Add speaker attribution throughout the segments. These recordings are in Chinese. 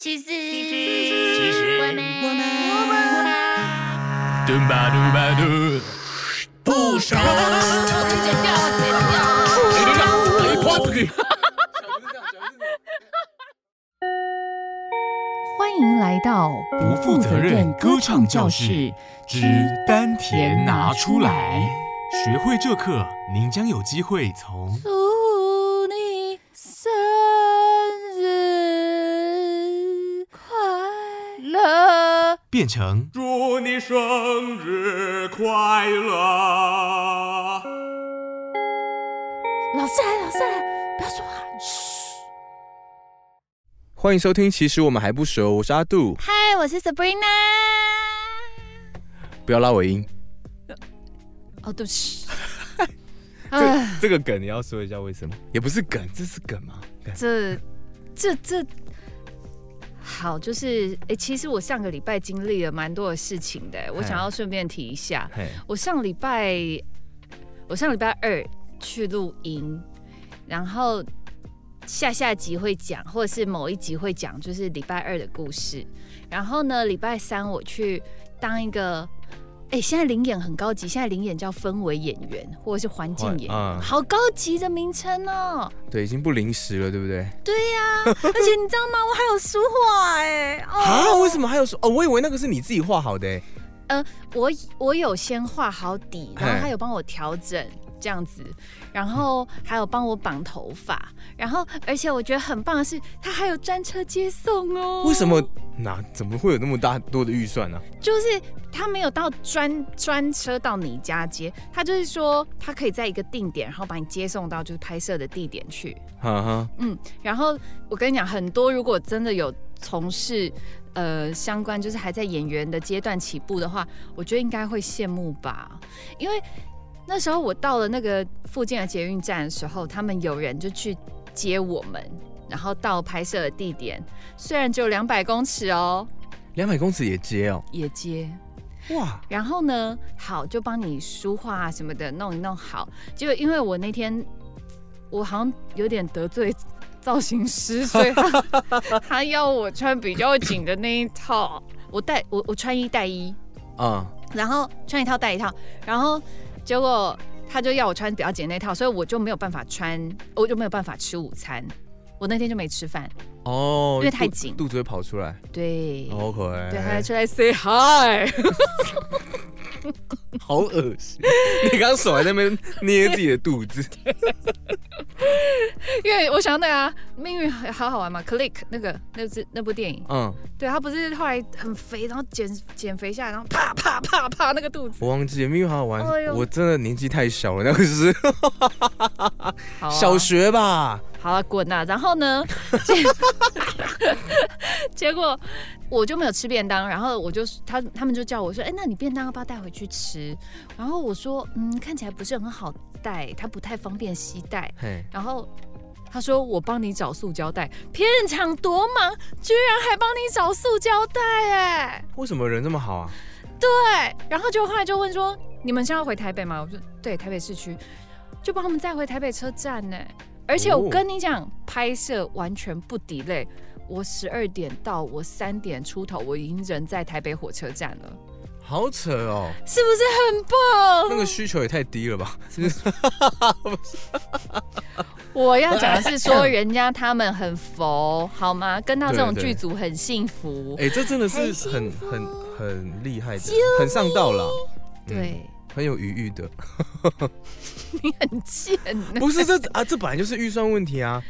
Speaker 1: 其实，
Speaker 2: 其实
Speaker 1: 我们，
Speaker 3: 我们
Speaker 2: 嘟吧嘟吧嘟，不熟。
Speaker 1: 剪掉，剪掉。
Speaker 4: 欢迎来到
Speaker 2: 不负责任歌唱教室之丹田拿出来。学会这课，您将有机会从
Speaker 4: 祝你生日快乐！
Speaker 2: 变成祝你生日快乐。
Speaker 4: 老师来，老师来，不要说话，嘘。
Speaker 5: 欢迎收听，其实我们还不熟，我是阿杜，
Speaker 1: 嗨，我是 Sabrina。
Speaker 5: 不要拉我音。
Speaker 4: 哦，对不起。
Speaker 5: 这
Speaker 4: 哎，
Speaker 5: 这个梗你要说一下为什么？也不是梗，这是梗吗？梗
Speaker 4: 这这这好，就是哎、其实我上个礼拜经历了蛮多的事情的，我想要顺便提一下。
Speaker 5: 嘿，
Speaker 4: 我上礼拜，我上礼拜二去录音，然后下下集会讲，或者是某一集会讲，就是礼拜二的故事。然后呢，礼拜三我去当一个，哎，现在灵演很高级，现在灵演叫氛围演员或者是环境演员，
Speaker 5: 嗯
Speaker 4: 好高级的名称哦。
Speaker 5: 对，已经不临时了，对不对？
Speaker 4: 而且你知道吗？我还有书画哎、哦，
Speaker 5: 啊，为什么还有说？哦，我以为那个是你自己画好的欸。
Speaker 4: 我我有先画好底，然后
Speaker 5: 嘿
Speaker 4: 他有帮我调整这样子，然后还有帮我绑头发，然后而且我觉得很棒的是，他还有专车接送哦。
Speaker 5: 为什么？哪怎么会有那么大多的预算啊呢、
Speaker 4: 就是他没有到专专车到你家接，他就是说他可以在一个定点，然后把你接送到就是拍摄的地点去。
Speaker 5: 哈哈，
Speaker 4: 嗯，然后我跟你讲，很多如果真的有从事呃相关，就是还在演员的阶段起步的话，我觉得应该会羡慕吧，因为那时候我到了那个附近的捷运站的时候，他们有人就去接我们，然后到拍摄的地点，虽然只有两百公尺哦，
Speaker 5: 两百公尺也接哦。
Speaker 4: 也接。
Speaker 5: 哇，
Speaker 4: 然后呢，好就帮你书画啊什么的弄一弄好。结果因为我那天我好像有点得罪造型师，所以他他要我穿比较紧的那一套。我带我我穿一带一，
Speaker 5: 啊、
Speaker 4: 然后穿一套带一套，然后结果他就要我穿比较紧的那套，所以我就没有办法穿，我就没有办法吃午餐。我那天就没吃饭，
Speaker 5: 哦，
Speaker 4: 因为太
Speaker 5: 肚
Speaker 4: 紧
Speaker 5: 肚子会跑出来。
Speaker 4: 对，
Speaker 5: OK，
Speaker 4: 对，他就出来 say hi。
Speaker 5: 好恶心。 你刚刚手还在那边捏自己的 肚子，
Speaker 4: 因为我想那个啊，命运好好玩嘛，Click 那个那只那部电影，
Speaker 5: 嗯，
Speaker 4: 对他不是后来很肥，然后减减肥下来，然后啪啪啪啪那个肚子，
Speaker 5: 我忘记了，没有好好玩。
Speaker 4: 哎呦
Speaker 5: 我真的年纪太小了，那个是
Speaker 4: 好啊、
Speaker 5: 小学吧？
Speaker 4: 好了、滚啊！然后呢， 结结果我就没有吃便当，然后我就他他们就叫我说，哎、那你便当要不要带回去吃？然后我说，嗯，看起来不是很好带，它不太方便携带。
Speaker 5: 嘿，
Speaker 4: 然后他说：“我帮你找塑胶袋。”片场多忙，居然还帮你找塑胶袋哎！
Speaker 5: 为什么人这么好啊？
Speaker 4: 对，然后就后来就问说：“你们现在要回台北吗？”我说：“对，台北市区。”就帮他们载回台北车站呢。而且我
Speaker 5: 哦
Speaker 4: 跟你讲，拍摄完全不 delay。我十二点到，我三点出头，我已经人在台北火车站了，
Speaker 5: 好扯哦，
Speaker 4: 是不是很棒？
Speaker 5: 那个需求也太低了吧？
Speaker 4: 我要讲的是说，人家他们很佛，好吗？跟到这种
Speaker 5: 对
Speaker 4: 剧
Speaker 5: 对
Speaker 4: 组很幸福。
Speaker 5: 哎、这真的是很很很厉害的，很上道啦，嗯
Speaker 4: 对，
Speaker 5: 很有余裕 的。
Speaker 4: 你很贱呢。
Speaker 5: 不是这啊，这本来就是预算问题啊，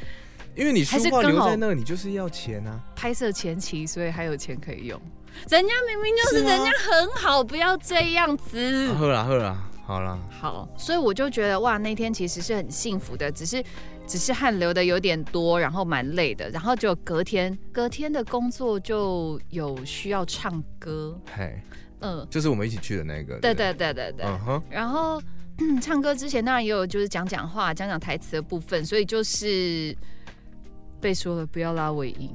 Speaker 5: 因为你书
Speaker 4: 还是
Speaker 5: 画
Speaker 4: 刚
Speaker 5: 留
Speaker 4: 好
Speaker 5: 在那，你就是要钱啊。
Speaker 4: 拍摄前期，所以还有钱可以用。人家明明就是啊
Speaker 5: 是吗
Speaker 4: 人家很好，不要这样子
Speaker 5: 啊。喝啦喝啦，好啦，
Speaker 4: 好，所以我就觉得哇，那天其实是很幸福的，只是只是汗流的有点多，然后蛮累的，然后就隔天隔天的工作就有需要唱歌，
Speaker 5: 嘿，
Speaker 4: 嗯、
Speaker 5: 就是我们一起去的那个。
Speaker 4: 对
Speaker 5: 不
Speaker 4: 对对对对，
Speaker 5: 嗯哼，
Speaker 4: 然后、 嗯唱歌之前当然也有就是讲讲话、讲讲台词的部分，所以就是被说了不要拉尾音。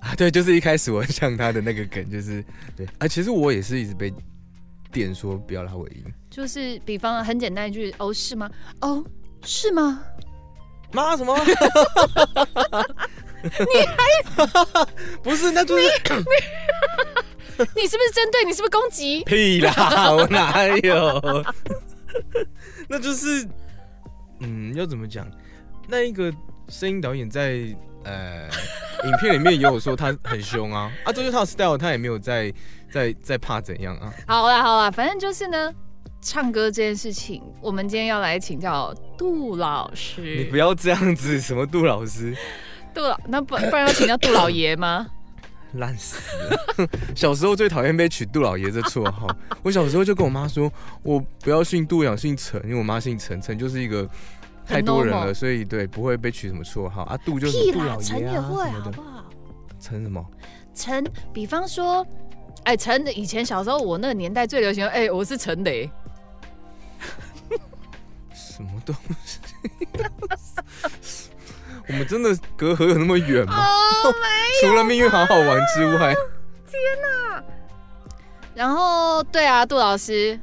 Speaker 5: 啊 对，就是一开始我像他的那个梗，就是对啊，其实我也是一直被电说不要拉我音，
Speaker 4: 就是比方很简单一句，哦是吗？哦是吗？
Speaker 5: 妈什么？ 不是，那就是
Speaker 4: 你是不是针对？你是不是攻击？
Speaker 5: 屁啦，我哪有？ 那就是，嗯，要怎么讲？那一个声音导演在呃影片里面也有说他很凶啊，啊，这就是他的 style，他也没有在在在怕怎样啊。
Speaker 4: 好啦好啦，反正就是呢，唱歌这件事情，我们今天要来请教杜老师。
Speaker 5: 你不要这样子，什么杜老师，
Speaker 4: 杜老，那不不然要请教杜老爷 吗？
Speaker 5: 烂死了！ 小时候最讨厌被取杜老爷这绰号。我小时候就跟我妈说，我不要姓杜，要姓陈，因为我妈姓陈，陈就是一个太多人
Speaker 4: 很 normal
Speaker 5: 了，所以对不会被取什么绰号啊。杜就是
Speaker 1: 屁
Speaker 5: 杜老
Speaker 1: 啦，
Speaker 5: 爷啊
Speaker 1: 陈也
Speaker 5: 什
Speaker 1: 会
Speaker 5: 么
Speaker 1: 好
Speaker 5: 的
Speaker 1: 不。好？
Speaker 5: 陈什么？
Speaker 4: 陈，比方说，哎，陈，以前小时候我那个年代最流行，哎，我是陈雷，
Speaker 5: 什么东西？我们真的隔阂有那么远吗？
Speaker 4: Oh
Speaker 1: 哎
Speaker 5: 除了命运好好玩之
Speaker 1: 啊
Speaker 5: 外，
Speaker 4: 然后对啊，杜老师，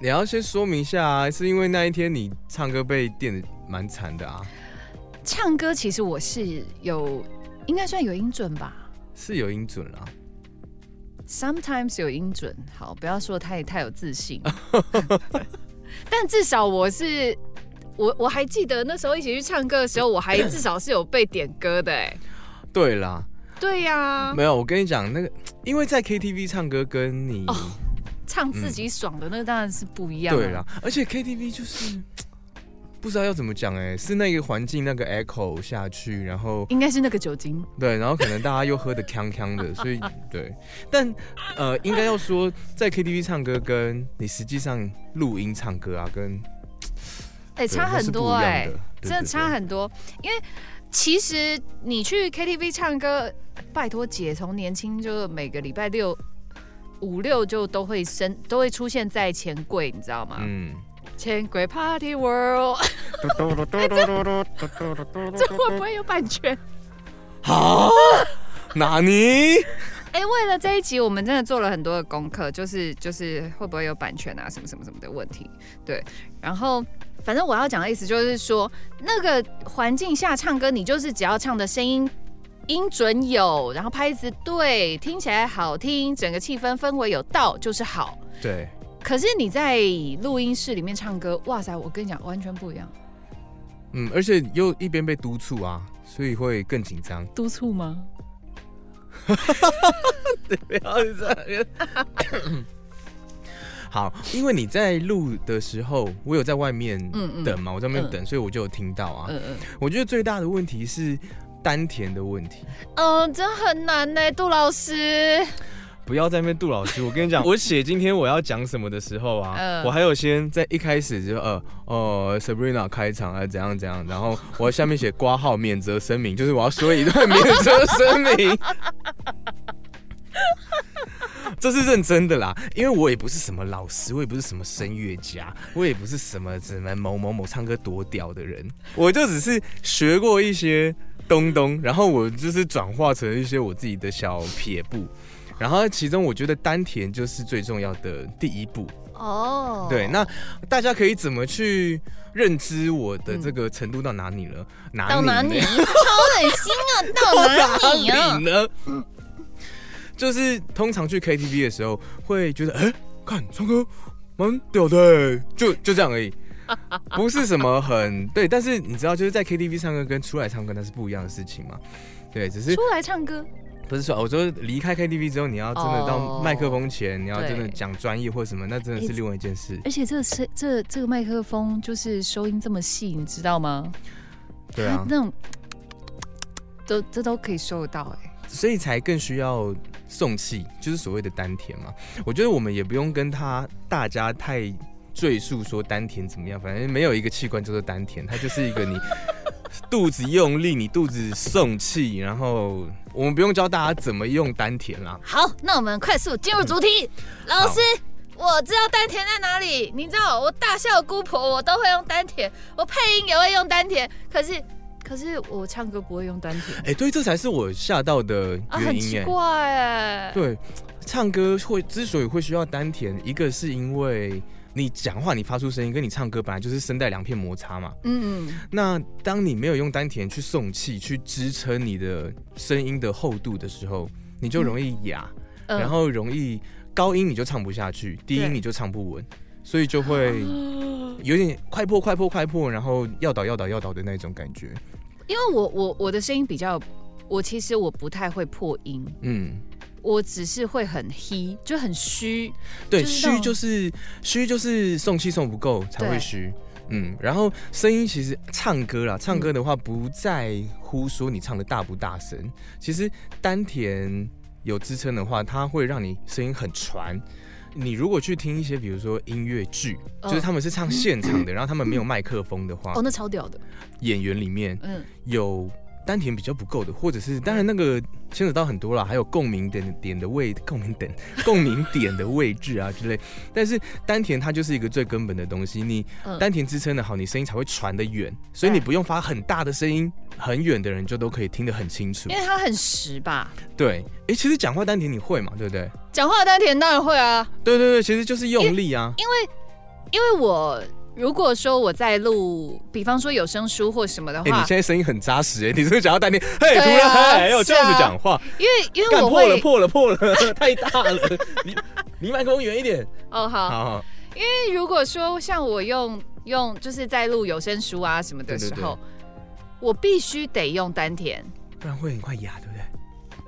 Speaker 5: 你要先说明一下啊，是因为那一天你唱歌被电的蛮惨的啊，
Speaker 4: 唱歌其实我是有，应该算有音准吧。
Speaker 5: 是有音准啦。
Speaker 4: Sometimes 有音准，好，不要说太太有自信。 但至少我是，我我还记得那时候一起去唱歌的时候，我还至少是有被点歌的、哎，
Speaker 5: 对啦，
Speaker 4: 对呀、
Speaker 5: 没有，我跟你讲那个，因为在 KTV 唱歌跟你、
Speaker 4: 哦唱自己爽的那个当然是不一样、啊
Speaker 5: 对啦，，而且 KTV 就是不知道要怎么讲哎、是那个环境那个 echo 下去，然后
Speaker 4: 应该是那个酒精。
Speaker 5: 对，然后可能大家又喝 的呛呛的，所以对，但呃，应该要说，在 KTV 唱歌跟你实际上录音唱歌啊，跟
Speaker 4: 哎、
Speaker 5: 对
Speaker 4: 差
Speaker 5: 那是
Speaker 4: 很
Speaker 5: 不
Speaker 4: 多
Speaker 5: 一样
Speaker 4: 哎、
Speaker 5: 的对
Speaker 4: 真的
Speaker 5: 对
Speaker 4: 差
Speaker 5: 对
Speaker 4: 很多。因为其实你去 KTV 唱歌，拜托姐从年轻就每个礼拜六五六就都会生都会出现在钱柜，你知道吗？
Speaker 5: 嗯，
Speaker 4: 钱柜 Party World，这会不会有版权？
Speaker 5: 好，哪尼？
Speaker 4: 哎、为了这一集，我们真的做了很多的功课，就是就是会不会有版权啊，什么什么什么的问题。对，然后反正我要讲的意思就是说，那个环境下唱歌，你就是只要唱的声音音准有，然后拍子对，听起来好听，整个气氛氛围有到就是好。
Speaker 5: 对，
Speaker 4: 可是你在录音室里面唱歌，哇塞，我跟你讲，完全不一样。
Speaker 5: 嗯，而且又一边被督促啊，所以会更紧张。
Speaker 4: 督促吗？
Speaker 5: 不要这样。 好，因为你在录的时候，我有在外面
Speaker 4: 嗯嗯
Speaker 5: 等嘛，我在外面
Speaker 4: 嗯
Speaker 5: 等，所以我就有听到啊。
Speaker 4: 嗯嗯，
Speaker 5: 我觉得最大的问题是丹田的问题。
Speaker 4: 嗯、真的很难呢、杜老师。
Speaker 5: 不要在那边杜老师，我跟你讲，我写今天我要讲什么的时候啊，
Speaker 4: 嗯
Speaker 5: 我还有先在一开始就呃呃 Sabrina 开场啊怎样怎样，然后我下面写挂号免责声明，就是我要说一段免责声明。 这是认真的啦，因为我也不是什么老师，我也不是什么声乐家，我也不是什么什么某某某唱歌多屌的人，我就只是学过一些东东，然后我就是转化成一些我自己的小撇步，然后其中我觉得丹田就是最重要的第一步。
Speaker 4: 哦，
Speaker 5: 对，那大家可以怎么去认知我的这个程度到哪里了？哪
Speaker 1: 到哪
Speaker 5: 呢
Speaker 1: 里？好恶心啊！到哪里
Speaker 5: 到哪
Speaker 1: 啊？
Speaker 5: 里呢？就是通常去 KTV 的时候，会觉得，哎、看唱歌蛮屌的欸、就就这 样而已，不是什么很对。但是你知道，就是在 KTV 唱歌跟出来唱歌那是不一样的事情嘛。对，只是
Speaker 4: 出来唱歌，
Speaker 5: 不是说，哦我说离开 KTV 之后，你要真的到
Speaker 4: 哦
Speaker 5: 麦克风前你要真的
Speaker 4: 对
Speaker 5: 讲专业或什么，那真的是另外一件事。
Speaker 4: 而且这是这这个麦克风就是收音这么细，你知道吗？
Speaker 5: 对啊，
Speaker 4: 那种都这都可以收得到哎、
Speaker 5: 所以才更需要送气，就是所谓的丹田嘛。我觉得我们也不用跟他大家太赘述说丹田怎么样，反正没有一个器官叫做丹田，它就是一个你 肚子用力，你肚子送气，然后我们不用教大家怎么用丹田啦。
Speaker 1: 好，那我们快速进入主题。
Speaker 5: 嗯
Speaker 1: 老师，我知道丹田在哪里。你知道，我大笑姑婆我都会用丹田，我配音也会用丹田。可是，
Speaker 4: 可是我唱歌不会用丹田
Speaker 5: 哎、对，这才是我吓到的
Speaker 4: 啊，很
Speaker 5: 原因
Speaker 4: 奇
Speaker 5: 哎、
Speaker 4: 怪哎、
Speaker 1: 欸
Speaker 5: 对，唱歌会之所以会需要丹田，一个是因为你讲话你发出声音，跟你唱歌本来就是声带两片摩擦嘛。
Speaker 4: 嗯嗯，
Speaker 5: 那当你没有用丹田去送气，去支撑你的声音的厚度的时候，你就容易哑，
Speaker 4: 嗯
Speaker 5: 然后容易高音你就唱不下去，低
Speaker 4: 对
Speaker 5: 音你就唱不稳，所以就会有点快破快破快破，然后要倒要倒要倒的那种感觉。
Speaker 4: 因为我我我的声音比较，我其实我不太会破音，
Speaker 5: 嗯，
Speaker 4: 我只是会很虚，就很虚。
Speaker 5: 对，
Speaker 4: 就是那
Speaker 5: 虚
Speaker 4: 种
Speaker 5: 就是虚就是送气送不够才会
Speaker 4: 对
Speaker 5: 虚。嗯，然后声音其实唱歌啦，唱歌的话不在乎说你唱的大不大声，其实丹田有支撑的话，它会让你声音很传。你如果去听一些，比如说音乐剧，就
Speaker 4: 嗯
Speaker 5: 是他们是唱现场的，然后他们没有麦克风的话
Speaker 4: 哦，，那超屌的，
Speaker 5: 演员里面
Speaker 4: 嗯，
Speaker 5: 有丹田比较不够的，或者是当然那个牵扯到很多啦，还有共鸣点点的位共鸣点 共鸣点的位置啊之类。但是丹田它就是一个最根本的东西，你
Speaker 4: 嗯
Speaker 5: 丹田支撑的好，你声音才会传得远，所以你
Speaker 4: 对
Speaker 5: 不用发很大的声音，很远的人就都可以听得很清楚
Speaker 4: 因。为它很实吧。
Speaker 5: 对，诶，其实讲话丹田你会嘛，对不对？
Speaker 4: 讲话丹田当然会啊，
Speaker 5: 对对对，其实就是用力啊。
Speaker 4: 因为我如果说我在录，比方说有声书或什么的
Speaker 5: 诶，你
Speaker 4: 话
Speaker 5: 现，在声音很扎实诶，你是不是讲到丹田？嘿，突
Speaker 4: 对
Speaker 5: 然
Speaker 4: 啊
Speaker 5: 还要这
Speaker 4: 是
Speaker 5: 样子
Speaker 4: 啊
Speaker 5: 讲话，
Speaker 4: 因为因为
Speaker 5: 干
Speaker 4: 我
Speaker 5: 破了
Speaker 4: 会
Speaker 5: 破了破了， 太大了，离离麦克风远一点。
Speaker 4: 哦好，
Speaker 5: 好好，
Speaker 4: 因为如果说像我用用就是在录有声书啊什么的时候，我必须得用丹田，
Speaker 5: 不然会很快哑，对不对？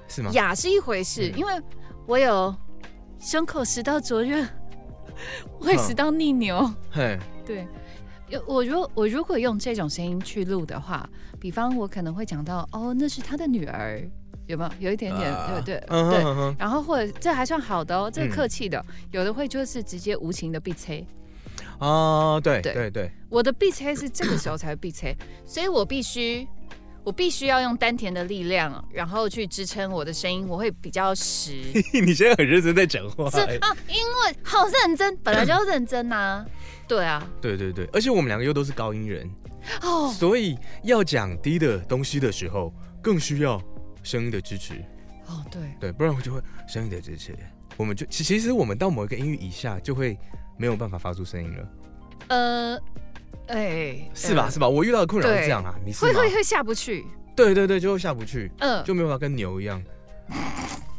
Speaker 5: 是吗？
Speaker 4: 哑是一回事，
Speaker 5: 嗯
Speaker 4: 因为我有胸口食道灼热， 胃食道逆流。
Speaker 5: 嘿，
Speaker 4: 对，有我如我如果用这种声音去录的话，比方我可能会讲到哦，那是他的女儿，有没有？有一点点，
Speaker 5: 啊
Speaker 4: 对对、
Speaker 5: 嗯哼
Speaker 4: 对。
Speaker 5: 嗯哼，
Speaker 4: 然后或者这还算好的哦，这
Speaker 5: 嗯
Speaker 4: 客气的，有的会就是直接无情的避催。
Speaker 5: 啊，对
Speaker 4: 对
Speaker 5: 对对，
Speaker 4: 我的避催是这个时候才会避 催，所以我必须。我必须要用丹田的力量，然后去支撑我的声音，我会比较实。
Speaker 5: 你现在很认真在讲 话
Speaker 1: 是
Speaker 4: 哎哦
Speaker 1: 啊，因为好认真，本来就要认真呐、
Speaker 4: 对啊，
Speaker 5: 对对对，而且我们两个又都是高音人，
Speaker 4: 哦，
Speaker 5: 所以要讲低的东西的时候，更需要声音的支持。
Speaker 4: 哦，对，
Speaker 5: 对，不然我就会声音的支持，我们就其其实我们到某一个音域以下就会没有办法发出声音了，
Speaker 4: 呃，哎、
Speaker 5: 是吧？
Speaker 4: 呃
Speaker 5: 是吧？我遇到的困扰是
Speaker 4: 对
Speaker 5: 这样啊，你是
Speaker 4: 会
Speaker 5: 吗？
Speaker 4: 会会下不去，
Speaker 5: 对对对，就会下不去，
Speaker 4: 嗯、
Speaker 5: 就没有办法跟牛一样。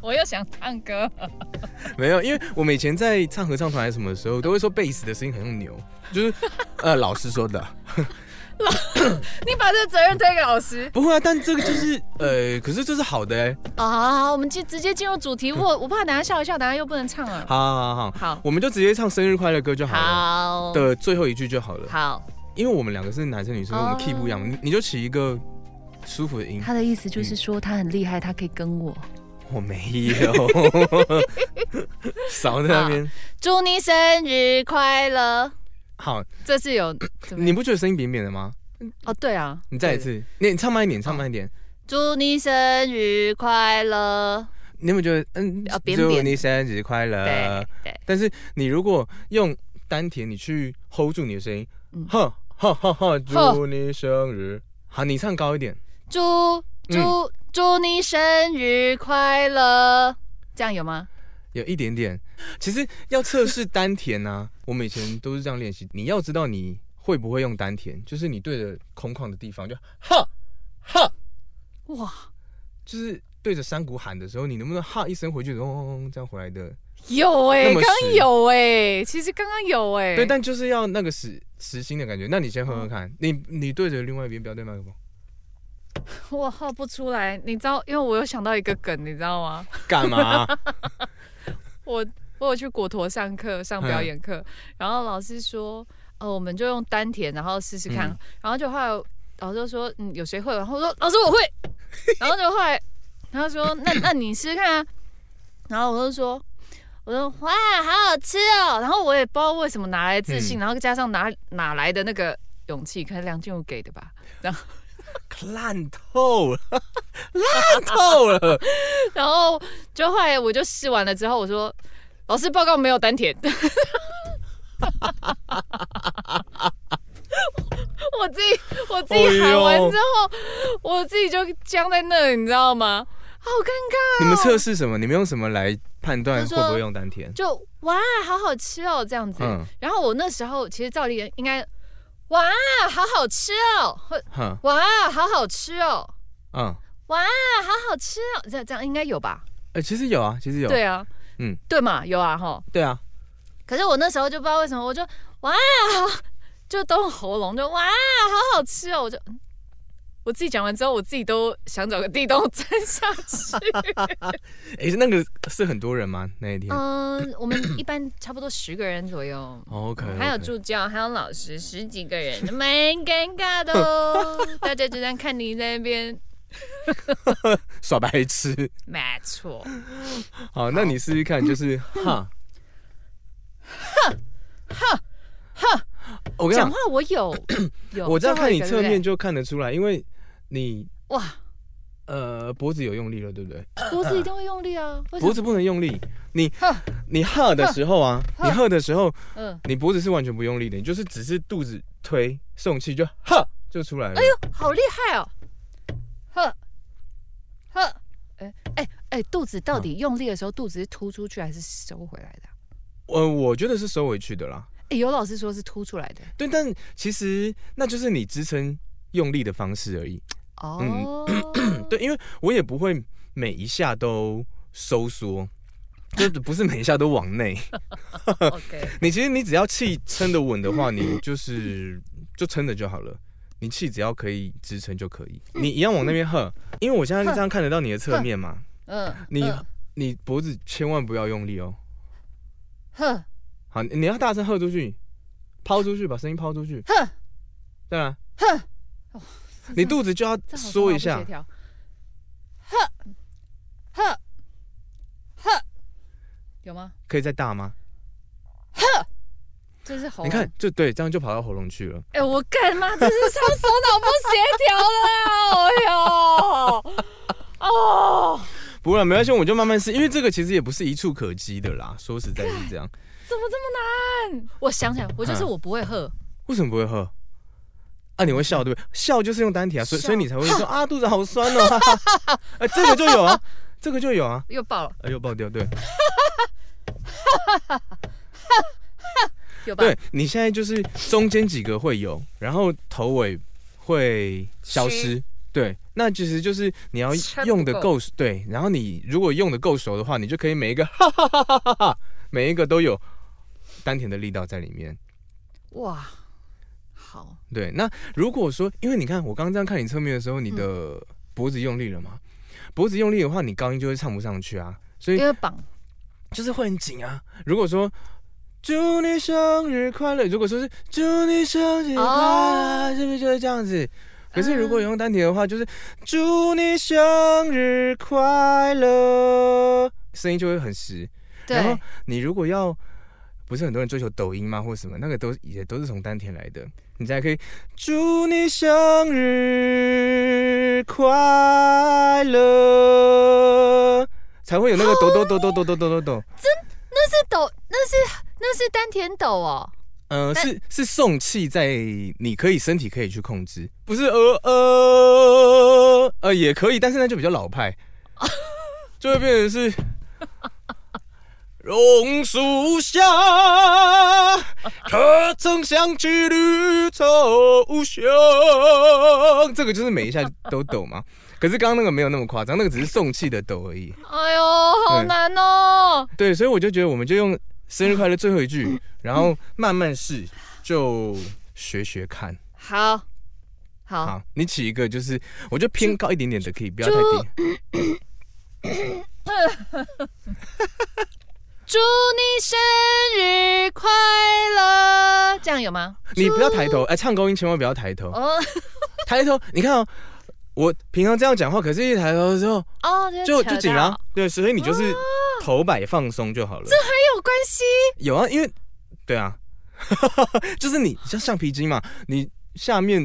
Speaker 4: 我又想唱歌，
Speaker 5: 没有，因为我们以前在唱合唱团还是什么的时候，都会说贝斯的声音很像牛， 就是呃老师说的，
Speaker 4: 你把这责任推给老师
Speaker 5: 不会啊，但这个就是呃，可是这是好的、欸，
Speaker 4: 啊！好我们就直接进入主题，我我怕等下笑一笑，等下又不能唱了。
Speaker 5: 嗯好好好好，
Speaker 4: 好，
Speaker 5: 我们就直接唱生日快乐歌就好了。
Speaker 4: 好，
Speaker 5: 的最后一句就好了，
Speaker 4: 好，
Speaker 5: 因为我们两个是男生女生，我们
Speaker 4: 哦
Speaker 5: key 不一样，你你就起一个舒服的音。
Speaker 4: 的意思说他很厉害，他可以跟我。
Speaker 5: 我没有， 少在那边。
Speaker 4: 祝你生日快乐！
Speaker 5: 好，
Speaker 4: 这次有怎么
Speaker 5: 你不觉得声音扁扁的吗？
Speaker 4: 哦，对啊，
Speaker 5: 你再一次，你你唱慢一点，唱慢一点。
Speaker 4: 对，祝你生日快乐。
Speaker 5: 你有没有觉得，嗯
Speaker 4: 啊，扁
Speaker 5: 祝
Speaker 4: 扁
Speaker 5: 你生日快乐
Speaker 4: 对？对，
Speaker 5: 但是你如果用丹田，你去 hold 住你的声音
Speaker 4: 嗯，
Speaker 5: 哼哼哼
Speaker 4: 哼
Speaker 5: 哼，祝你生日。好，你唱高一点，
Speaker 4: 祝
Speaker 5: 嗯
Speaker 4: 祝祝你生日快乐，这样有吗？
Speaker 5: 有一点点。其实要测试丹田呢、我们以前都是这样练习。你要知道你会不会用丹田，就是你对着空旷的地方就哈哈，
Speaker 4: 哇，
Speaker 5: 就是对着山谷喊的时候，你能不能哈一声回去，嗡嗡嗡这样回来的？
Speaker 4: 有哎、
Speaker 5: 那么
Speaker 4: 刚刚
Speaker 5: 实
Speaker 4: 有哎、其实刚刚有哎、
Speaker 5: 对，但就是要那个实实心的感觉。那你先哼哼看，你你对着另外一边，不要对麦克风。
Speaker 4: 我号不出来，你知道，因为我有想到一个梗，你知道吗？
Speaker 5: 干嘛？
Speaker 4: 我我有去果陀上课，上表
Speaker 5: 嗯
Speaker 4: 演课，然后老师说，呃，我们就用丹田，然后试试看，
Speaker 5: 嗯
Speaker 4: 然后就后来老师就说，嗯，有谁会？然后我说老师我会，然后就后来他说，那那你试试看啊，然后我就说。我说哇，好好吃哦！然后我也不知道为什么哪来的自信，
Speaker 5: 嗯
Speaker 4: 然后加上哪哪来的那个勇气，可能梁静茹给的吧。
Speaker 5: 烂透了， 烂透 了。
Speaker 4: 然后就后来我就试完了之后，我说老师报告没有丹田，我自己我自己
Speaker 5: 哎
Speaker 4: 喊完之后，我自己就僵在那，你知道吗？好尴尬。
Speaker 5: 你们测试什么？你们用什么来判断
Speaker 1: 就
Speaker 5: 会
Speaker 1: 说
Speaker 5: 不会用丹田。
Speaker 4: 就哇，好好吃哦，这样子。
Speaker 5: 嗯
Speaker 4: 然后我那时候其实照理应该，哇，好好吃哦，或
Speaker 5: 哼
Speaker 4: 哇，好好吃哦，
Speaker 5: 嗯，
Speaker 4: 啊，好好吃哦，这样这样应该有吧？
Speaker 5: 呃，其实有啊，其实有。
Speaker 4: 对啊，
Speaker 5: 嗯
Speaker 4: 嗯，对嘛，有啊哈。
Speaker 5: 对啊，
Speaker 4: 可是我那时候就不知道为什么，我就哇， 就都用喉咙就哇，好好吃哦，我就。嗯我自己讲完之后，我自己都想找个地洞钻下去。
Speaker 5: 哎，那个是很多人吗？那一天
Speaker 4: 嗯，我们一般差不多十个人左右。
Speaker 5: ？OK，
Speaker 4: 还有助教，还有老师，十几个人， 蛮尴尬的哦。大家就这样看你在那边，
Speaker 5: 耍白痴。
Speaker 4: 没 错，
Speaker 5: 好，那你试试看， 就是哈，
Speaker 4: 哼，
Speaker 5: 我跟你
Speaker 4: 讲
Speaker 5: 讲
Speaker 4: 话，我有 有，
Speaker 5: 我这样看你
Speaker 4: 最
Speaker 5: 侧
Speaker 4: 后一个
Speaker 5: 面就看得出来，因为你
Speaker 4: 对不对 哇，
Speaker 5: 呃脖子有用力了，对不对？
Speaker 4: 脖子一定会用力啊，为什
Speaker 5: 脖
Speaker 4: 么？
Speaker 5: 子不能用力，你
Speaker 4: 呵
Speaker 5: 你喝的时候啊，
Speaker 4: 呵
Speaker 5: 你喝的时候，
Speaker 4: 嗯，
Speaker 5: 你脖子是完全不用力的，你就是只是肚子推送气就呵就出来了。哎呦，
Speaker 4: 好厉害哦，呵呵，哎哎哎，肚子到
Speaker 5: 嗯
Speaker 4: 底用力的时候，肚子是凸出去还是收回来的啊？
Speaker 5: 我呃我觉得是收回去的啦。
Speaker 4: 哎，有老师说是凸出来的
Speaker 5: 对，但其实那就是你支撑用力的方式而已。嗯
Speaker 4: 哦，
Speaker 5: 对，因为我也不会每一下都收缩，就不是每一下都往内。
Speaker 4: ，OK，
Speaker 5: 你其实你只要气撑得稳的话，你就是就撑着就好了。你气只要可以支撑就可以，你一样往那边喝，因为我现在这样看得到你的侧面嘛，
Speaker 4: 嗯，
Speaker 5: 你
Speaker 4: 嗯
Speaker 5: 你脖子千万不要用力哦。
Speaker 4: 呵
Speaker 5: 好，你要大声喝出去，抛出去，把声音抛出去。
Speaker 4: 呵
Speaker 5: 当然，
Speaker 4: 呵，
Speaker 5: 你肚子就要
Speaker 4: 哦这好像
Speaker 5: 缩
Speaker 4: 好
Speaker 5: 一
Speaker 4: 不
Speaker 5: 下
Speaker 4: 协，调。呵，呵，呵，有吗？
Speaker 5: 可以再大吗？
Speaker 4: 这是喉咙。
Speaker 5: 你看，，就对，这样就跑到喉咙去了。
Speaker 4: 哎、我干嘛？这是上手脑不协调了啊！哎哎呦，哦，
Speaker 5: 不然没关系，我们就慢慢试，因为这个其实也不是一触可及的啦。说实在是 这样，
Speaker 4: 怎么这么难？我想想，我
Speaker 5: 嗯
Speaker 4: 就是我不会喝，
Speaker 5: 为什么不会喝？啊，你会笑对不对？笑就是用丹田啊，所以
Speaker 4: 笑
Speaker 5: 所以你才会 说啊，肚子好酸哦。哈哈哈哈哎，这个就有啊，这个就有啊，
Speaker 4: 又爆了，
Speaker 5: 哎又爆掉，对
Speaker 4: 又爆。
Speaker 5: 对，你现在就是中间几个会有，然后头尾会消失。对，那其实就是你要
Speaker 4: 撑不
Speaker 5: 用的够对，然后你如果用的够熟的话，你就可以每一个哈哈哈哈哈哈，每一个都有丹田的力道在里面。
Speaker 4: 哇，好，
Speaker 5: 对，那如果说，因为你看我刚刚这样看你侧面的时候，你的脖子用力了嘛？脖子用力的话，你高音就会唱不上去啊，所以
Speaker 4: 因为绑
Speaker 5: 就是会很紧啊。如果说祝你生日快乐，如果说是祝你生日快乐，是不是就是这样子？可是如果用丹田的话，就是祝你生日快乐，声音就会很实。
Speaker 4: 对
Speaker 5: 然后你如果要，不是很多人追求抖音吗，或什么，那个都也都是从丹田来的，你才可以祝你生日快乐，才会有那个抖抖抖抖抖抖抖抖抖。
Speaker 4: 是抖，那是那是丹田抖哦，
Speaker 5: 呃，
Speaker 4: 但
Speaker 5: 是是送气在，你可以身体可以去控制，不是呃呃呃也可以，但是那就比较老派，就会变成是榕树下，可曾想起绿头香？这个就是每一下都抖嘛。可是刚刚那个没有那么夸张，那个只是送气的抖而已。
Speaker 4: 哎呦，好
Speaker 5: 对
Speaker 4: 难哦，
Speaker 5: 对，所以我就觉得我们就用生日快乐最后一句，然后慢慢试，就学学看。
Speaker 4: 好，好。
Speaker 5: 好，你起一个就是，我就偏高一点点的，可以不要太低。
Speaker 4: 祝你生日快乐，这样有吗？
Speaker 5: 你不要抬头，哎，唱高音千万不要抬头，
Speaker 4: 哦
Speaker 5: 抬头，你看哦。我平常这样讲话，可是一抬头的时候
Speaker 4: 哦，
Speaker 5: 就
Speaker 4: 扯到哦
Speaker 5: 就紧了，对，所以你就是头摆放松就好了。
Speaker 4: 没有关系。
Speaker 5: 有啊，因为对啊， 就是你像橡皮筋嘛，你下面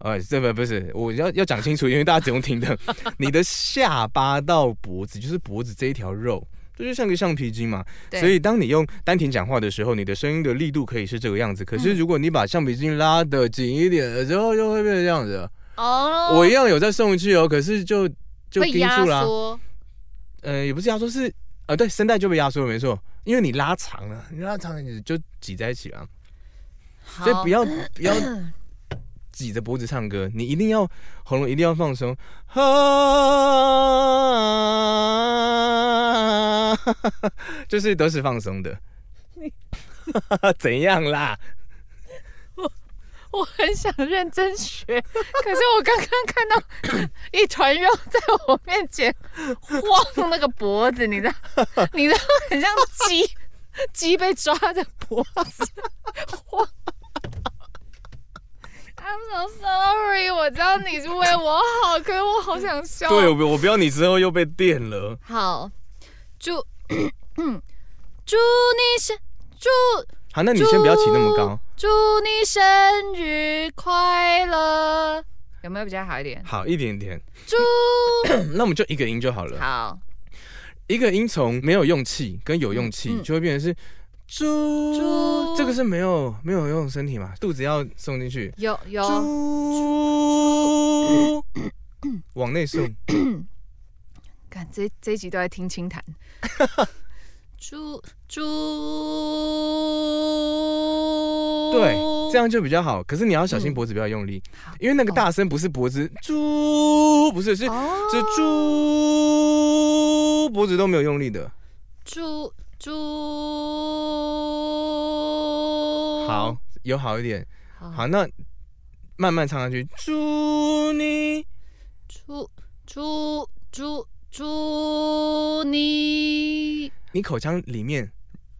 Speaker 5: 呃，这不不是，我要要讲清楚，因为大家只用听的，你的下巴到脖子就是脖子这一条肉。这就像个橡皮筋嘛，
Speaker 4: 对
Speaker 5: 所以当你用丹田讲话的时候，你的声音的力度可以是这个样子。可是如果你把橡皮筋拉得紧一点的时候，就会变成这样子。
Speaker 4: 哦，
Speaker 5: 我一样有在送气哦，可是就就
Speaker 4: 会
Speaker 5: 盯
Speaker 4: 压
Speaker 5: 住啦、
Speaker 4: 缩，
Speaker 5: 呃，也不是压缩，是啊，对，声带就被压缩了，没错，因为你拉长了，你拉长你就挤在一起了，
Speaker 1: 好
Speaker 5: 所以不要不要挤着脖子唱歌，你一定要喉咙一定要放松。啊， 就是都是放松的。 怎样啦？
Speaker 4: 我很想认真学， 可是我刚刚看到 一团肉在我面前晃那个脖子，你知道，你知道很像鸡，鸡被抓着脖子晃。I'm so sorry，我知道你是为我好，可是我好想笑。
Speaker 5: 对，我不我不要你之后又被电了。
Speaker 4: 好，祝 祝你生祝
Speaker 5: 好，那你先不要起那么高。
Speaker 4: 祝你生日快乐，有没有比较好一点？
Speaker 5: 好一点点，
Speaker 4: 祝
Speaker 5: 那我们就一个音就好了。
Speaker 4: 好，
Speaker 5: 一个音从没有用气跟有用气，
Speaker 4: 嗯嗯
Speaker 5: 就会变成是猪。
Speaker 4: 猪
Speaker 5: 这个是没有没有用身体嘛，肚子要送进去。
Speaker 4: 有有
Speaker 5: 猪，往 内送。
Speaker 4: 看这这一集都在听清 谈。猪猪，
Speaker 5: 对，这样就比较好。可是你要小心脖子不要用力，因为那个大声不是脖子猪，不是是
Speaker 4: 嗯哦
Speaker 5: 是猪，脖子都没有用力的。
Speaker 4: 猪猪，
Speaker 5: 好，有好一点。
Speaker 4: 哦好
Speaker 5: 好，那慢慢唱上去。祝你
Speaker 4: 猪猪猪猪你
Speaker 5: 你口腔里面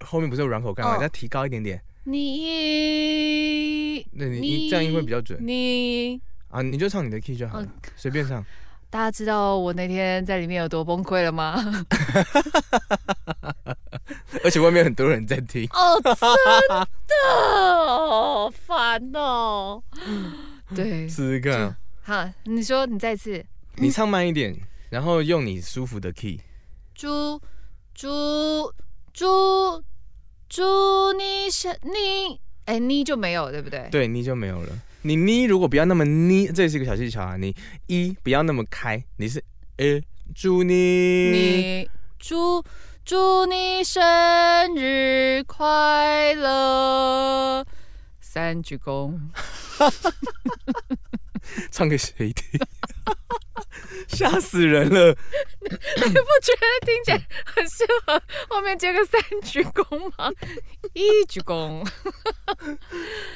Speaker 5: 后面不是有软口干嘛？
Speaker 4: 哦
Speaker 5: 再提高一点点，
Speaker 4: 你
Speaker 5: 那你你这样音会比较准
Speaker 4: 你
Speaker 5: 啊。你就唱你的 key 就好了
Speaker 4: 哦，
Speaker 5: 随便唱。
Speaker 4: 大家知道我那天在里面有多崩溃了吗？
Speaker 5: 而且外面很多人在 听，
Speaker 4: 哦，真的，好烦哦。对，
Speaker 5: 试试看啊。
Speaker 4: 好，你说你再一次，
Speaker 5: 你唱慢一点，然后用你舒服的 key。
Speaker 4: 猪猪猪猪你是你，哎，你就没有对不对？
Speaker 5: 对，你就没有了。你呢？如果不要那么呢，这也是一个小技巧啊。你一不要那么开，你是诶，祝你
Speaker 4: 你祝祝你生日快乐，三鞠躬。
Speaker 5: 唱给谁听？ 吓死人了！
Speaker 4: 我 觉得听起来很适合后面接个三鞠躬吗？一鞠躬，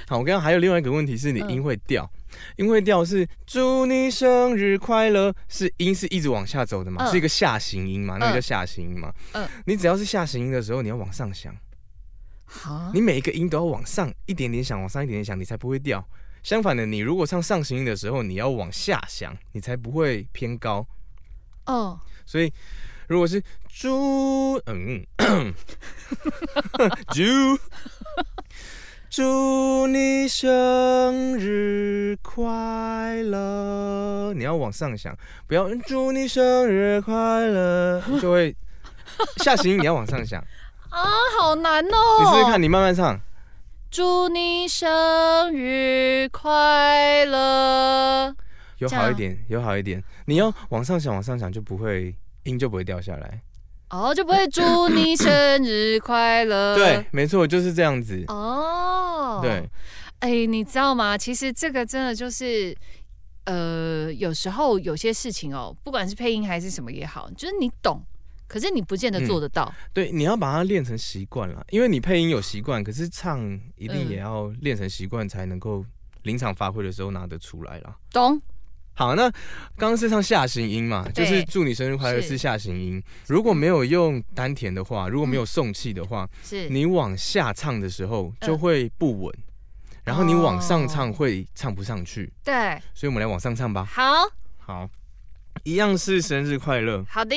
Speaker 5: 好，我刚刚还有另外一个问题是你
Speaker 4: 嗯
Speaker 5: 音会掉，音会掉是祝你生日快乐，是音是一直往下走的嘛，
Speaker 4: 嗯
Speaker 5: 是一个下行音嘛，那个叫下行音嘛。
Speaker 4: 嗯
Speaker 5: 你只要是下行音的时候，你要往上想，
Speaker 4: 好
Speaker 5: 你每一个音都要往上一点点想，往上一点点想，你才不会掉。相反的，你如果唱上行音的时候，你要往下想，你才不会偏高。
Speaker 4: 哦，
Speaker 5: 所以，如果是猪，嗯，猪，祝你生日快乐，你要往上想，不要祝你生日快乐，就会下行你要往上想，
Speaker 4: 啊，好难
Speaker 5: 你试试
Speaker 4: 哦！
Speaker 5: 看，你慢慢唱，
Speaker 4: 祝你生日快乐，
Speaker 5: 有好一点，有好一点，你要往上想，往上想就不会音就不会掉下来。
Speaker 4: 哦，就不会祝你生日快 乐。
Speaker 5: 对，，没错，就是这样子。
Speaker 4: 哦，
Speaker 5: 对，
Speaker 4: 哎、你知道吗？其实这个真的就是，呃，有时候有些事情哦，不管是配音还是什么也好，就是你懂，可是你不见得做得到。
Speaker 5: 对，你要把它练成习惯了，因为你配音有习惯，可是唱一定也要练成习惯，才能够临场发挥的时候拿得出来啦。
Speaker 4: 懂？
Speaker 5: 好，那刚刚是唱下行音嘛，
Speaker 4: 对
Speaker 5: 就是祝你生日快乐
Speaker 4: 是
Speaker 5: 是下行音。如果没有用丹田的话，如果没有送气的话，
Speaker 4: 嗯是
Speaker 5: 你往下唱的时候就
Speaker 4: 嗯
Speaker 5: 会不稳，然后你往上
Speaker 4: 哦
Speaker 5: 唱会唱不上去。
Speaker 4: 对，
Speaker 5: 所以我们来往上唱吧。
Speaker 4: 好
Speaker 5: 好，一样是生日快乐，
Speaker 4: 好的，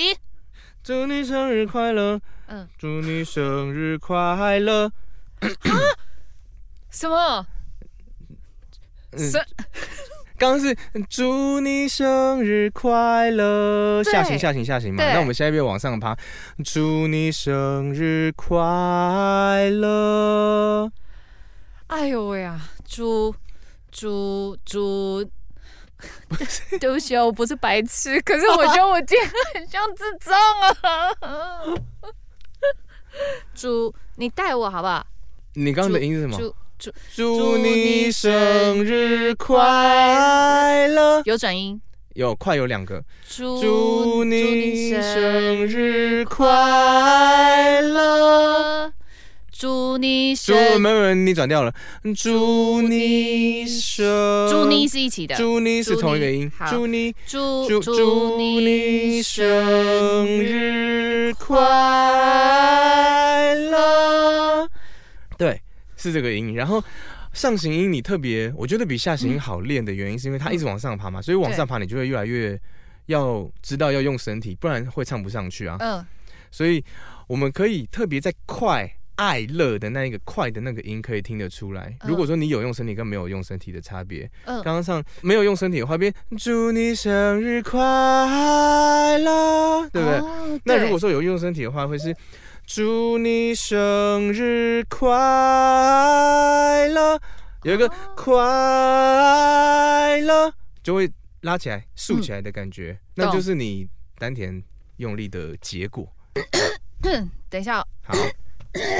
Speaker 5: 祝你生日快乐，
Speaker 4: 嗯
Speaker 5: 祝你生日快乐。
Speaker 4: 什么？
Speaker 5: 嗯
Speaker 4: 生
Speaker 5: 刚刚是嗯祝你生日快乐，
Speaker 4: 对
Speaker 5: 下行下行下行嘛。
Speaker 4: 对
Speaker 5: 那我们现在变往上爬，祝你生日快乐。
Speaker 4: 哎呦喂啊，猪猪猪！ 对不起哦，我不是白痴，可是我觉得我今天很像智障啊。祝你带我好不好？
Speaker 5: 你刚刚的音是什么？
Speaker 4: 祝祝
Speaker 5: 祝你生日快乐！
Speaker 4: 有转音，
Speaker 5: 有快有两个，
Speaker 4: 祝
Speaker 5: 祝你
Speaker 4: 生
Speaker 5: 生日快乐！
Speaker 4: 乐，祝你
Speaker 5: 祝
Speaker 4: 生，
Speaker 5: 没有没有，你转掉了。祝你生，
Speaker 4: 祝你是一起的，
Speaker 5: 祝你是同一个音
Speaker 4: 祝你。好
Speaker 5: 祝你
Speaker 4: 祝
Speaker 5: 祝
Speaker 4: 祝
Speaker 5: 祝
Speaker 4: 你
Speaker 5: 你
Speaker 4: 生
Speaker 5: 生
Speaker 4: 日。
Speaker 5: 日快乐。对，是这个音。然后上行音你特别，我觉得比下行音好练的原因，是因为它一直往上爬嘛，所以往上爬你就会越来越要知道要用身体，不然会唱不上去啊。
Speaker 4: 嗯，
Speaker 5: 所以我们可以特别在快。爱乐的那一个快的那个音可以听得出来。
Speaker 4: 嗯
Speaker 5: 如果说你有用身体跟没有用身体的差别，
Speaker 4: 嗯
Speaker 5: 刚刚唱没有用身体的话，变祝你生日快乐，对不对？
Speaker 4: 哦
Speaker 5: 那如
Speaker 4: 对
Speaker 5: 果说有用身体的话，会是祝你生日快乐，有
Speaker 4: 哦
Speaker 5: 一个快乐就会拉起来、竖起来的感觉，那
Speaker 4: 懂
Speaker 5: 就是你丹田用力的结果。
Speaker 4: 等一下哦，
Speaker 5: 好，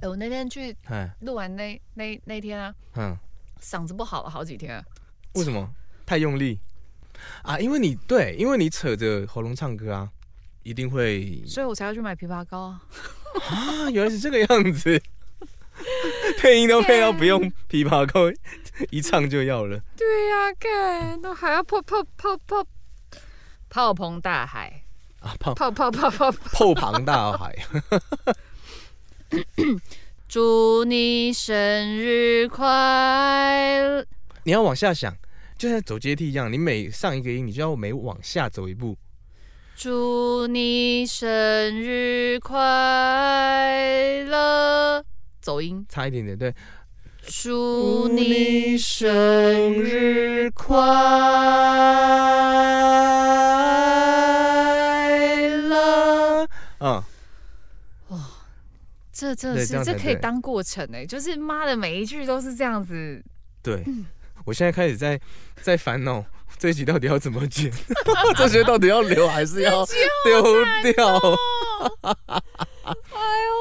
Speaker 4: 哎我那天去
Speaker 5: 嗯
Speaker 4: 录完那那那天啊，
Speaker 5: 嗯，
Speaker 4: 嗓子不好了好几天啊。
Speaker 5: 为什么 太用力啊？因为你对，因为你扯着喉咙唱歌啊，一定会
Speaker 4: 所以我才要去买枇杷膏啊。
Speaker 5: 啊，原来是这个样 子。配音都配到不用琵琶 扣，一唱就要 了。
Speaker 4: 对呀、看都还要泡泡泡泡泡澎大海，
Speaker 5: 啊，泡
Speaker 4: 泡泡泡泡。
Speaker 5: 泡庞大海，
Speaker 4: 祝你生日快乐！
Speaker 5: 你要往下想，就像走阶梯一样，你每上一个音，你就要每往下走一步。
Speaker 4: 祝你生日快乐！走音。
Speaker 5: 差一点点，对。
Speaker 4: 祝你
Speaker 5: 生日快乐！嗯，
Speaker 4: 这真的
Speaker 5: 对
Speaker 4: 是
Speaker 5: 这样
Speaker 4: 这
Speaker 5: 才
Speaker 4: 可以
Speaker 5: 对
Speaker 4: 当过程哎、就是妈的每一句都是这样子。
Speaker 5: 对。
Speaker 4: 嗯
Speaker 5: 我现在开始在在烦恼这一集到底要怎么剪， 这些到底要留还是要
Speaker 4: 哦
Speaker 5: 丢掉？
Speaker 4: 哎呦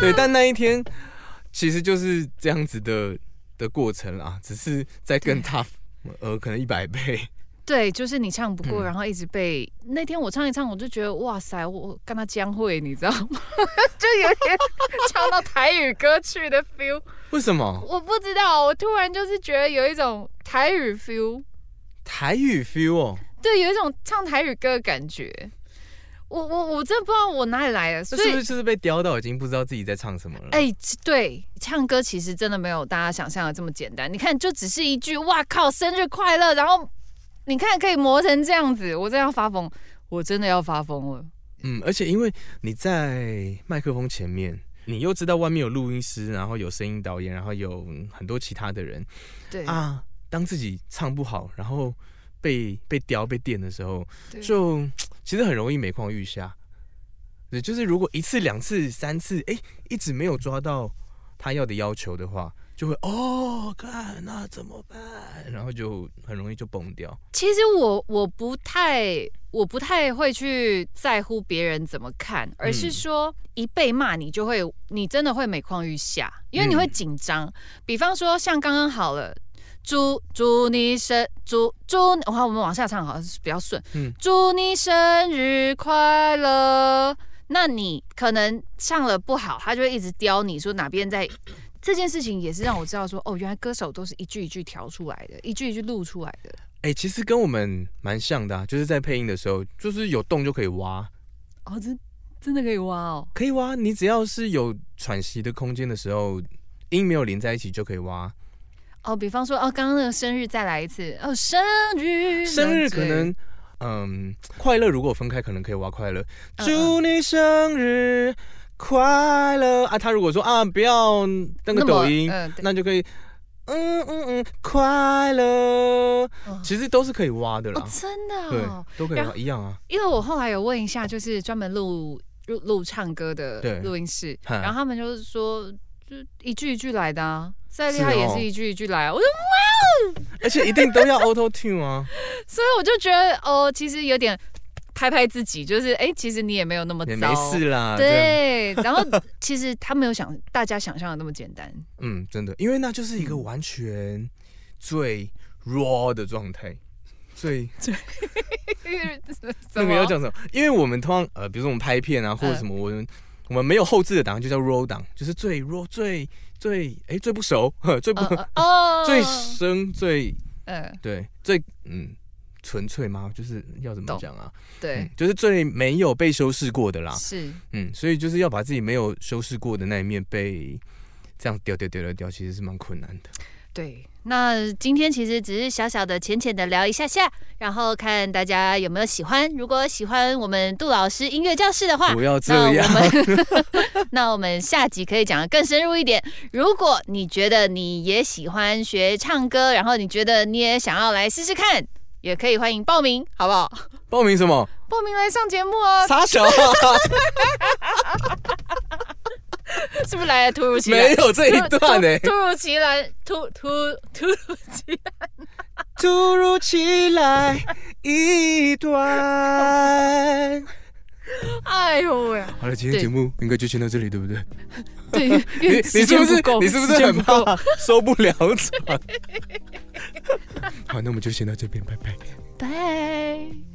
Speaker 5: 对，但那一天其实就是这样子的的过程啦，只是在更 tough，呃，可能一百倍。
Speaker 4: 对，就是你唱不过，
Speaker 5: 嗯
Speaker 4: 然后一直被那天我唱一唱，我就觉得哇塞，我我跟他将会，你知道吗？ 就有点唱到台语歌曲的 feel。
Speaker 5: 为什么
Speaker 4: 我不知道，我突然就是觉得有一种台语 feel。
Speaker 5: 台语 feel 哦？
Speaker 4: 对，有一种唱台语歌的感觉。我我我真的不知道我哪里来的，
Speaker 5: 这
Speaker 4: 所
Speaker 5: 是不
Speaker 4: 以
Speaker 5: 是就是被叼到已经不知道自己在唱什么了？
Speaker 4: 哎、对，唱歌其实真的没有大家想象的这么简单。你看，就只是一句“哇靠，生日快乐”，然后你看可以磨成这样子，我真的要发疯，我真的要发疯了。
Speaker 5: 嗯，而且因为你在麦克风前面，你又知道外面有录音师，然后有声音导演，然后有很多其他的人
Speaker 4: 对，
Speaker 5: 啊。当自己唱不好，然后被被叼被电的时候，
Speaker 4: 对
Speaker 5: 就其实很容易每况愈下。对，就是如果一次、两次、三次，哎、一直没有抓到他要的要求的话，就会哦，看那怎么办？然后就很容易就崩掉。
Speaker 4: 其实我我不太我不太会去在乎别人怎么看，而是说一被骂你就会，你真的会每况愈下，因为你会紧张。比方说像刚刚好了。祝祝你生祝祝，我看我们往下唱好像是比较顺。
Speaker 5: 嗯
Speaker 4: 祝你生日快乐。那你可能唱了不好，他就会一直刁你说哪边在。这件事情也是让我知道说，哦，原来歌手都是一句一句调出来的，一句一句录出来的。
Speaker 5: 哎、其实跟我们蛮像的、啊，就是在配音的时候，就是有洞就可以挖，
Speaker 4: 哦，真真的可以挖哦。
Speaker 5: 可以挖。你只要是有喘息的空间的时候，音没有连在一起就可以挖。
Speaker 4: 哦，比方说，哦，刚刚那个生日再来一次，哦，生日，
Speaker 5: 生日
Speaker 4: 对
Speaker 5: 可能，嗯，快乐如果分开，可能可以挖快乐。
Speaker 4: 嗯
Speaker 5: 祝你生日快乐啊！他如果说啊，不要那个
Speaker 4: 么
Speaker 5: 抖音，
Speaker 4: 嗯，对
Speaker 5: 那就可以，嗯嗯嗯，快乐，
Speaker 4: 哦
Speaker 5: 其实都是可以挖的啦。
Speaker 4: 哦，真的、
Speaker 5: 对
Speaker 4: 哦，，
Speaker 5: 都可以
Speaker 4: 然
Speaker 5: 挖，一样啊。
Speaker 4: 因为我后来有问一下，就是专门录录录唱歌的
Speaker 5: 对嗯
Speaker 4: 录音室，
Speaker 5: 哈
Speaker 4: 然后他们就是说，就一句一句来的啊，再厉
Speaker 5: 是
Speaker 4: 害也
Speaker 5: 哦
Speaker 4: 是一句一句来、啊。我就，
Speaker 5: 而且一定都要 auto tune 啊。
Speaker 4: 所以我就觉得，哦，其实有点拍拍自己，就是哎、其实你也没有那么
Speaker 5: 也
Speaker 4: 糟，
Speaker 5: 没事啦。这样，
Speaker 4: 对，然后其实他没有想大家想象的那么简单，
Speaker 5: 嗯，真的，因为那就是一个
Speaker 4: 嗯
Speaker 5: 完全最 raw 的状态，最
Speaker 4: 怎
Speaker 5: 那
Speaker 4: 么嗯
Speaker 5: 个要讲什么？因为我们通常呃，比如说我们拍片啊，或者什么，我们我们没有后置的档案，就叫 raw 档，就是最 raw 最最哎、最不熟， 呵最不、
Speaker 4: 呃呃哦
Speaker 5: 最生最
Speaker 4: 嗯
Speaker 5: 对最嗯纯粹吗？就是要怎么
Speaker 4: 懂
Speaker 5: 讲啊？嗯
Speaker 4: 对、
Speaker 5: 就是最没有被修饰过的
Speaker 1: 啊
Speaker 5: 啦。
Speaker 4: 是
Speaker 5: 嗯，所以就是要把自己没有修饰过的那一面被这样掉掉掉掉掉，其实是蛮困难的。
Speaker 4: 对。
Speaker 1: 那今天其实只是小小的、浅浅的聊一下下，然后看大家有没有喜欢。如果喜欢我们杜老师音乐教室的话
Speaker 5: 不，要这
Speaker 1: 那
Speaker 5: 样
Speaker 1: 我，们 那我们下集可以讲的更深入一点。如果你觉得你也喜欢学唱歌，然后你觉得你也想要来试试看，也可以欢迎报名，好不 好？
Speaker 5: 报名什么？
Speaker 4: 报名来上节目
Speaker 1: 哦
Speaker 4: 啊！
Speaker 5: 傻小啊，
Speaker 1: 是不是来的突如其
Speaker 5: 没
Speaker 1: 来？
Speaker 5: 有这一段欸呢、
Speaker 1: 突如其来，突突突如其
Speaker 5: 突如其来一段。
Speaker 4: 哎呦喂，
Speaker 5: 好了，今天节目应该就先到这里，对不对？
Speaker 4: 对，因
Speaker 5: 你
Speaker 4: 为
Speaker 5: 你
Speaker 4: 时
Speaker 5: 是
Speaker 4: 间
Speaker 5: 不是
Speaker 4: 不够，
Speaker 5: 你是不
Speaker 4: 时
Speaker 5: 是
Speaker 4: 间
Speaker 5: 很
Speaker 4: 够
Speaker 5: 怕收不了 场？好，那我们就先到这边，拜拜。
Speaker 4: 拜。